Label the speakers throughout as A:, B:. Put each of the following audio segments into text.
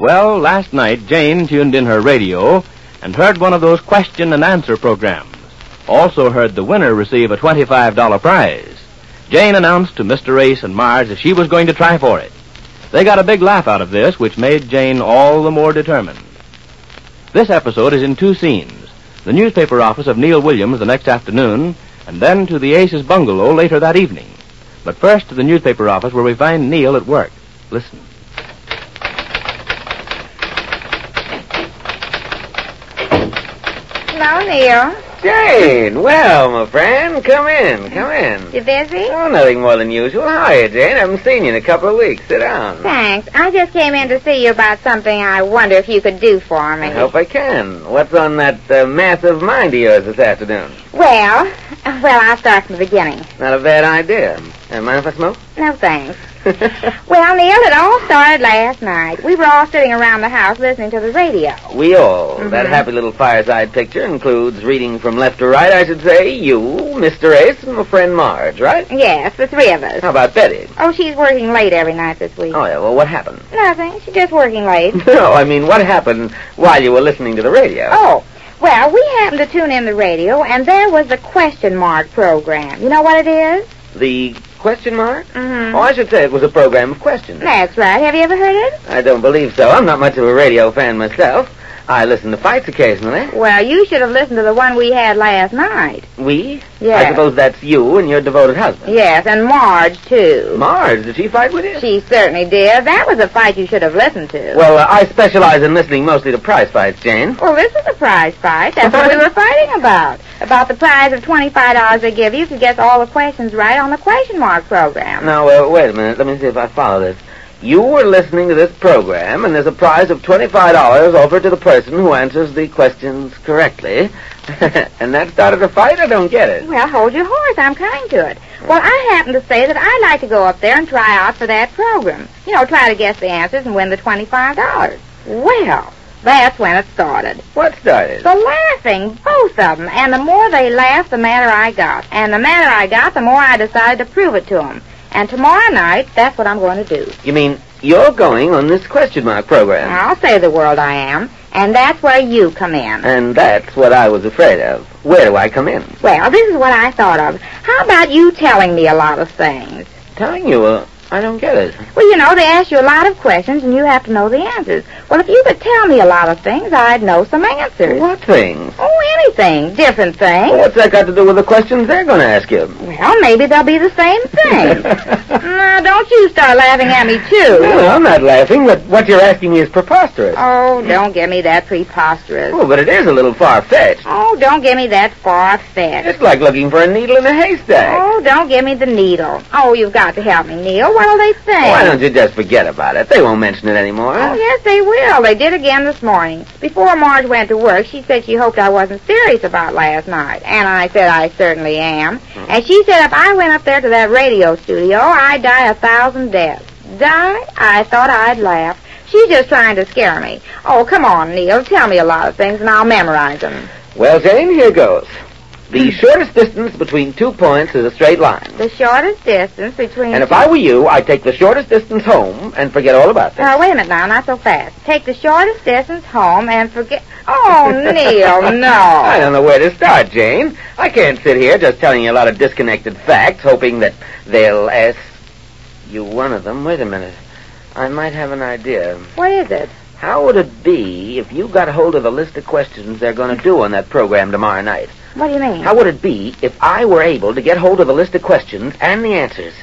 A: Well, last night Jane tuned in her radio and heard one of those question and answer programs. Also heard the winner receive a $25 prize. Jane announced to Mr. Ace and Marge that she was going to try for it. They got a big laugh out of this, which made Jane all the more determined. This episode is in two scenes. The newspaper office of Neil Williams the next afternoon, and then to the Ace's bungalow later that evening. But first to the newspaper office where we find Neil at work. Listen.
B: Hello, Neil.
C: Jane, well, my friend, come in, come in.
B: You busy?
C: Oh, nothing more than usual. How are you, Jane? I haven't seen you in a couple of weeks. Sit down.
B: Thanks. I just came in to see you about something I wonder if you could do for me.
C: I hope I can. What's on that uh, massive mind of yours this afternoon?
B: Well, well, I'll start from the beginning.
C: Not a bad idea. Uh, mind if I smoke?
B: No thanks. Well, Neil, it all started last night. We were all sitting around the house listening to the radio.
C: we all.
B: Mhm.
C: That happy little fireside picture includes reading from left to right, I should say, you, Mr. Ace, and my friend Marge, right?
B: Yes, the three of us.
C: How about Betty?
B: Oh, she's working late every night this week.
C: Oh, yeah, well, what happened?
B: Nothing. She's just working late.
C: No, I mean, what happened while you were listening to the radio?
B: Oh, well, we happened to tune in the radio, and there was the question mark program. You know what it is?
C: The question mark?
B: Mm-hmm.
C: Oh, I should say it was a program of questions.
B: That's right. Have you ever heard it?
C: I don't believe so. I'm not much of a radio fan myself. I listen to fights occasionally.
B: Well, you should have listened to the one we had last night.
C: We?
B: Yes.
C: I suppose that's you and your devoted husband.
B: Yes, and Marge, too.
C: Marge, did she fight with you?
B: She certainly did. That was a fight you should have listened to.
C: Well, uh, I specialize in listening mostly to prize fights, Jane.
B: Well, this is a prize fight. That's what we were fighting about. About the prize of $25 they give you if you guess all the questions right on the question mark program.
C: Now, uh, wait a minute. Let me see if I follow this. You were listening to this program, and there's a prize of $25 offered to the person who answers the questions correctly. and that started a fight? I don't get it.
B: Well, hold your horse. I'm coming to it. Well, I happen to say that I'd like to go up there and try out for that program. You know, try to guess the answers and win the $25. Well, that's when it started.
C: What started?
B: The laughing, both of them. And the more they laughed, the madder I got. And the madder I got, the more I decided to prove it to them. And tomorrow night, that's what I'm going to do.
C: You mean you're going on this question mark program?
B: I'll say the world I am. And that's where you come in.
C: And that's what I was afraid of. Where do I come in?
B: Well, this is what I thought of. How about you telling me a lot of things?
C: Telling you, uh, I don't get it.
B: Well, you know, they ask you a lot of questions and you have to know the answers. Well, if you could tell me a lot of things, I'd know some answers.
C: What things?
B: Oh, anything. Different
C: Well,
B: things.
C: what's that got to do with the questions they're going to ask you?
B: Well, maybe they'll be the same thing. Now, don't you start laughing at me, too.
C: Well, I'm not laughing, but what you're asking me is preposterous.
B: Oh, don't give me that preposterous.
C: Oh, but it is a little far-fetched.
B: Oh, don't give me that far-fetched.
C: It's like looking for a needle in a haystack.
B: Oh, don't give me the needle. Oh, you've got to help me, Neil. What'll they think?
C: Why don't you just forget about it? They won't mention it anymore.
B: Oh, yes, they will. They did again this morning. Before Marge went to work, she said she hoped I wasn't serious about last night. And I said I certainly am.
C: Hmm.
B: And she said if I went up there to that radio studio, I'd die a thousand deaths. Die? I thought I'd laugh. She's just trying to scare me. Oh, come on, Neil. Tell me a lot of things, and I'll memorize them.
C: Well, Jane, here goes. The shortest distance between two points is a straight line.
B: The shortest distance between...
C: And if I were you, I'd take the shortest distance home and forget all about this.
B: Uh, wait a minute now, not so fast. Take the shortest distance home and forget... Oh, Neil, no.
C: I don't know where to start, Jane. I can't sit here just telling you a lot of disconnected facts, hoping that they'll ask you one of them. Wait a minute. I might have an idea.
B: What is it?
C: How would it be if you got hold of the list of questions they're going to do on that program tomorrow night?
B: What do you mean?
C: How would it be if I were able to get hold of the list of questions and the answers?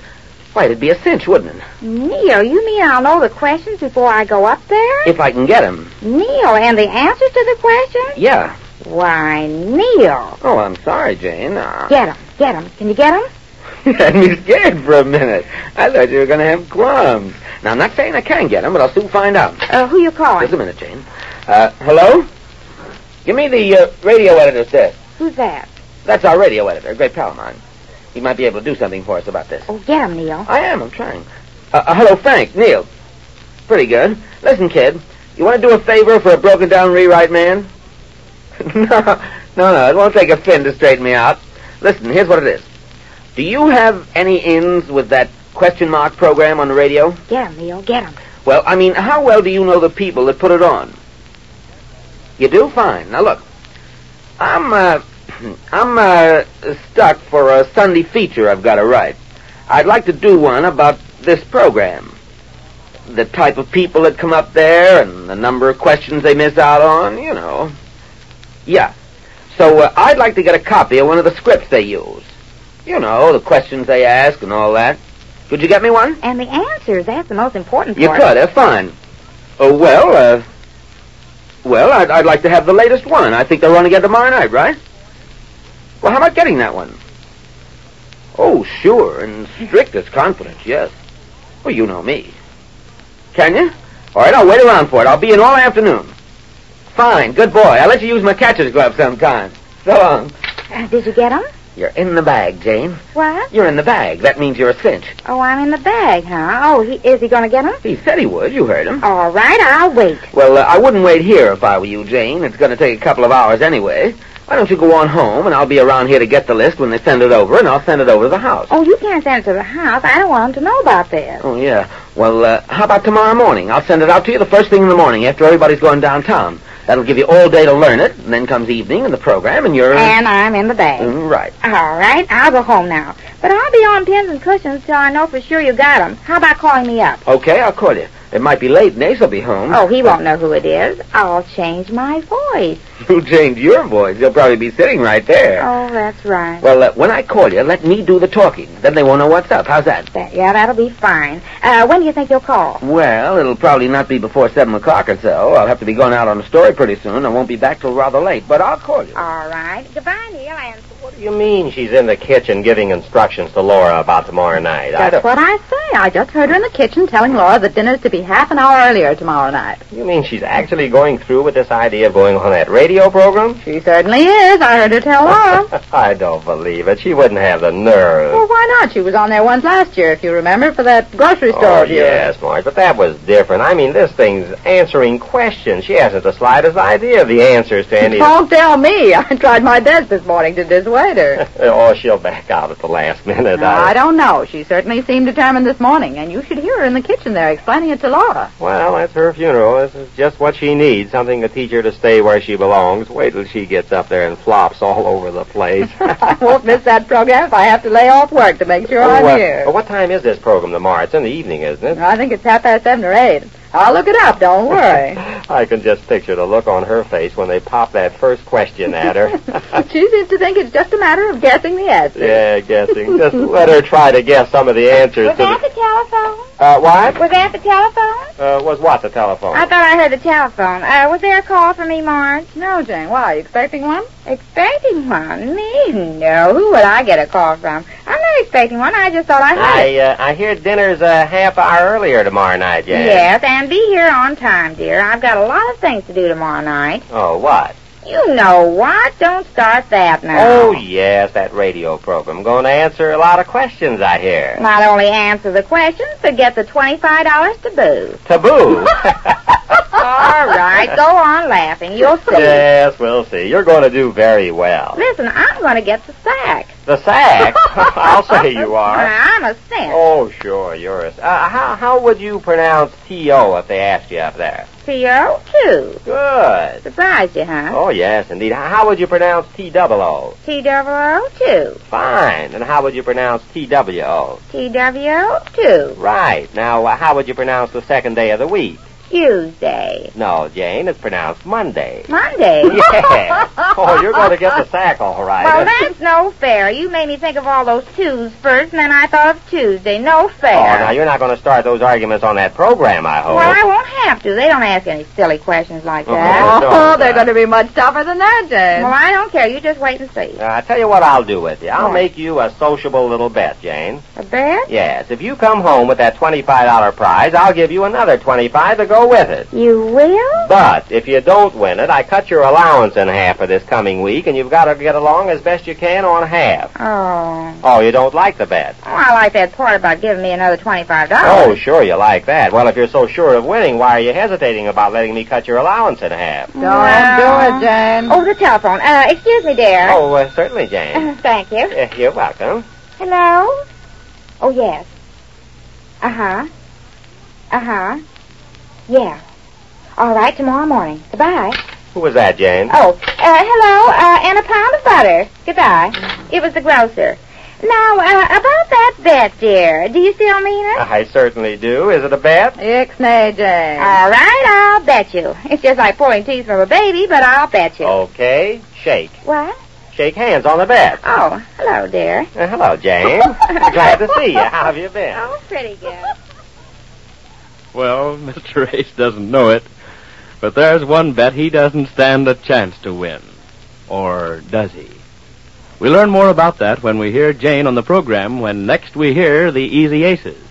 C: Why, it'd be a cinch, wouldn't it?
B: Neil, you mean I'll know the questions before I go up there?
C: If I can get 'em.
B: Neil, and the answers to the questions?
C: Yeah.
B: Why, Neil.
C: Oh, I'm sorry, Jane. Uh,
B: Get 'em, get 'em. Can you get 'em?
C: You had me scared for a minute. I thought you were going to have qualms. Now, I'm not saying I can get them, but I'll soon find out.
B: Uh, who you calling?
C: Just a minute, Jane. Uh, hello? Give me the uh, radio editor's desk.
B: Who's that?
C: That's our radio editor, a great pal of mine. He might be able to do something for us about this.
B: Oh, get 'em, Neil.
C: I am, I'm trying. Uh, uh, hello, Frank, Neil. Pretty good. Listen, kid, you want to do a favor for a broken down rewrite man? no, no, no, it won't take a fin to straighten me out. Listen, here's what it is. Do you have any ins with that question mark program on the radio?
B: Get 'em, Neil, get 'em.
C: Well, I mean, how well do you know the people that put it on? You do? Fine. Now look, I'm, uh, I'm, uh, stuck for a Sunday feature I've got to write. I'd like to do one about this program. The type of people that come up there and the number of questions they miss out on, you know. Yeah. So uh, I'd like to get a copy of one of the scripts they use. You know, the questions they ask and all that. Could you get me one?
B: And the answers, that's the most important
C: You
B: part.
C: could, uh, fine. Oh, well, uh, well, I'd, I'd like to have the latest one. I think they're running again tomorrow night, right? Well, how about getting that one? Oh, sure, in strictest confidence, yes. Well, you know me. Can you? All right, I'll wait around for it. I'll be in all afternoon. Fine, good boy. I'll let you use my catcher's glove sometime. So long.
B: Uh, did you get 'em?
C: You're in the bag, Jane.
B: What?
C: You're in the bag. That means you're a cinch.
B: Oh, I'm in the bag, huh? Oh, he, is he going to get 'em?
C: He said he would. You heard him.
B: All right, I'll wait.
C: Well, uh, I wouldn't wait here if I were you, Jane. It's going to take a couple of hours anyway. Why don't you go on home, and I'll be around here to get the list when they send it over, and I'll send it over to the house.
B: Oh, you can't send it to the house. I don't want him to know about this.
C: Oh, yeah. Well, uh, how about tomorrow morning? I'll send it out to you the first thing in the morning after everybody's going downtown. That'll give you all day to learn it, and then comes evening and the program, and you're...
B: And I'm in the bag.
C: Mm, right.
B: All right, I'll go home now. But I'll be on pins and cushions till I know for sure you got 'em. How about calling me up?
C: Okay, I'll call you. It might be late. Nace will be home.
B: Oh, he won't know who it is. I'll change my voice.
C: You changed your voice. You'll probably be sitting right there.
B: Oh, that's right.
C: Well, uh, when I call you, let me do the talking. Then they won't know what's up. How's that?
B: That, yeah, that'll be fine. Uh, when do you think you'll call?
C: Well, it'll probably not be before seven o'clock or so. I'll have to be going out on a story pretty soon. I won't be back till rather late, but I'll call you.
B: All right. Goodbye, Neil, and
D: What do you mean she's in the kitchen giving instructions to Laura about tomorrow night? I don't...
E: That's what I say. I just heard her in the kitchen telling Laura that dinner's to be half an hour earlier tomorrow night.
D: You mean she's actually going through with this idea of going on that radio program?
E: She certainly is. I heard her tell Laura.
D: I don't believe it. She wouldn't have the nerve.
E: well, why not? She was on there once last year, if you remember, for that grocery store
D: oh,
E: of yours.
D: yes, Marge, but that was different. I mean, this thing's answering questions. She hasn't the slightest idea of the answers to any.
E: Don't tell me. I tried my best this morning to dissuade her.
D: oh, she'll back out at the last minute.
E: No, I don't know. She certainly seemed determined this morning, and you should hear her in the kitchen there explaining it to Laura.
D: Well, that's her funeral. This is just what she needs. Something to teach her to stay where she belongs. Wait till she gets up there and flops all over the place.
E: I won't miss that program if I have to lay off work to make sure
D: Oh,
E: I'm
D: uh,
E: here.
D: What time is this program tomorrow? It's in the evening, isn't it?
E: I think it's half past seven or eight. I'll look it up. Don't worry.
D: I can just picture the look on her face when they pop that first question at her.
E: she seems to think it's just a matter of guessing the answer.
D: yeah, guessing. Just let her try to guess some of the answers
B: Was
D: to
B: that
D: the.
B: the telephone?
D: Uh, what?
B: Was that the telephone?
D: Uh, was what the telephone?
B: I thought I heard the telephone. Uh, was there a call for me, Marge?
E: No, Jane. Why? Are you expecting one?
B: Expecting one? Me? No. Who would I get a call from? I'm not expecting one. I just thought I heard
D: I,
B: it.
D: uh, I hear dinner's a half hour earlier tomorrow night, Jan.
B: Yes, and be here on time, dear. I've got a lot of things to do tomorrow night.
D: Oh, what?
B: You know what? Don't start that now.
D: Oh, yes, that radio program. Going to answer a lot of questions, I hear.
B: Not only answer the questions, but get the twenty-five dollars to boot.
D: Taboo.
B: All right, go on laughing. You'll see.
D: Yes, we'll see. You're going to do very well.
B: Listen, I'm going to get the sack.
D: The sack? I'll say you are.
B: Now, I'm a cent.
D: Oh, sure, you're a... Uh, how, how would you pronounce T.O. if they asked you up there?
B: T.O. too.
D: Good.
B: Surprised you, huh?
D: Oh, yes, indeed. How how would you pronounce T-double-O?
B: T.O. too.
D: Fine. And how would you pronounce T-W-O?
B: T.W.O. too.
D: Right. Now, uh, how would you pronounce the second day of the week?
B: Tuesday.
D: No, Jane, it's pronounced Monday.
B: Monday.
D: Yeah. Oh, you're going to get the sack all right.
B: Well, that's no fair. You made me think of all those twos first, and then I thought of Tuesday. No
D: Oh, now
B: fair.
D: you're oh. not going to start those arguments on that program, I hope.
B: well, I won't have to. They don't ask any silly questions like that.
D: Oh, no,
E: Oh, they're
D: no.
E: going to be much tougher than that, Jane.
B: Well, I don't care. You just wait and see.
D: Uh, I tell you what I'll do with you. I'll
B: What?
D: make you a sociable little bet, Jane.
B: A bet?
D: Yes, if you come home with that twenty-five dollar prize, I'll give you another twenty-five to go with it.
B: You will?
D: But if you don't win it, I cut your allowance in half for this coming week, and you've got to get along as best you can on half.
B: Oh.
D: Oh, you don't like the bet?
B: Oh, I like that part about giving me another $25.
D: Oh, sure, you like that. Well, if you're so sure of winning, why are you hesitating about letting me cut your allowance in half?
E: Don't
B: Well.
E: do it, Jane.
B: Oh, the telephone. Uh, excuse me, dear.
D: Oh, uh, certainly,
B: Uh,
D: Jane.
B: thank you.
D: Uh, you're welcome.
B: Hello? Oh, yes. Uh-huh. Uh-huh. Yeah. All right, tomorrow morning. Goodbye.
D: Who was that, Jane?
B: Oh, uh, hello, uh, and a pound of butter. Goodbye. It was the grocer. Now, uh, about that bet, dear. Do you still mean it?
D: I certainly do. Is it a bet?
E: Ixnay, Jane.
B: All right, I'll bet you. It's just like pouring teeth from a baby, but I'll bet you.
D: Okay. Shake.
B: What?
D: Shake hands on the Oh. bet.
B: Oh, hello, dear.
D: Uh, hello, Jane. Glad to see you. How have you been?
B: Oh, pretty good.
A: Well, Mr. Ace doesn't know it, but there's one bet he doesn't stand a chance to win. Or does he? We learn more about that when we hear Jane on the program when next we hear the Easy Aces.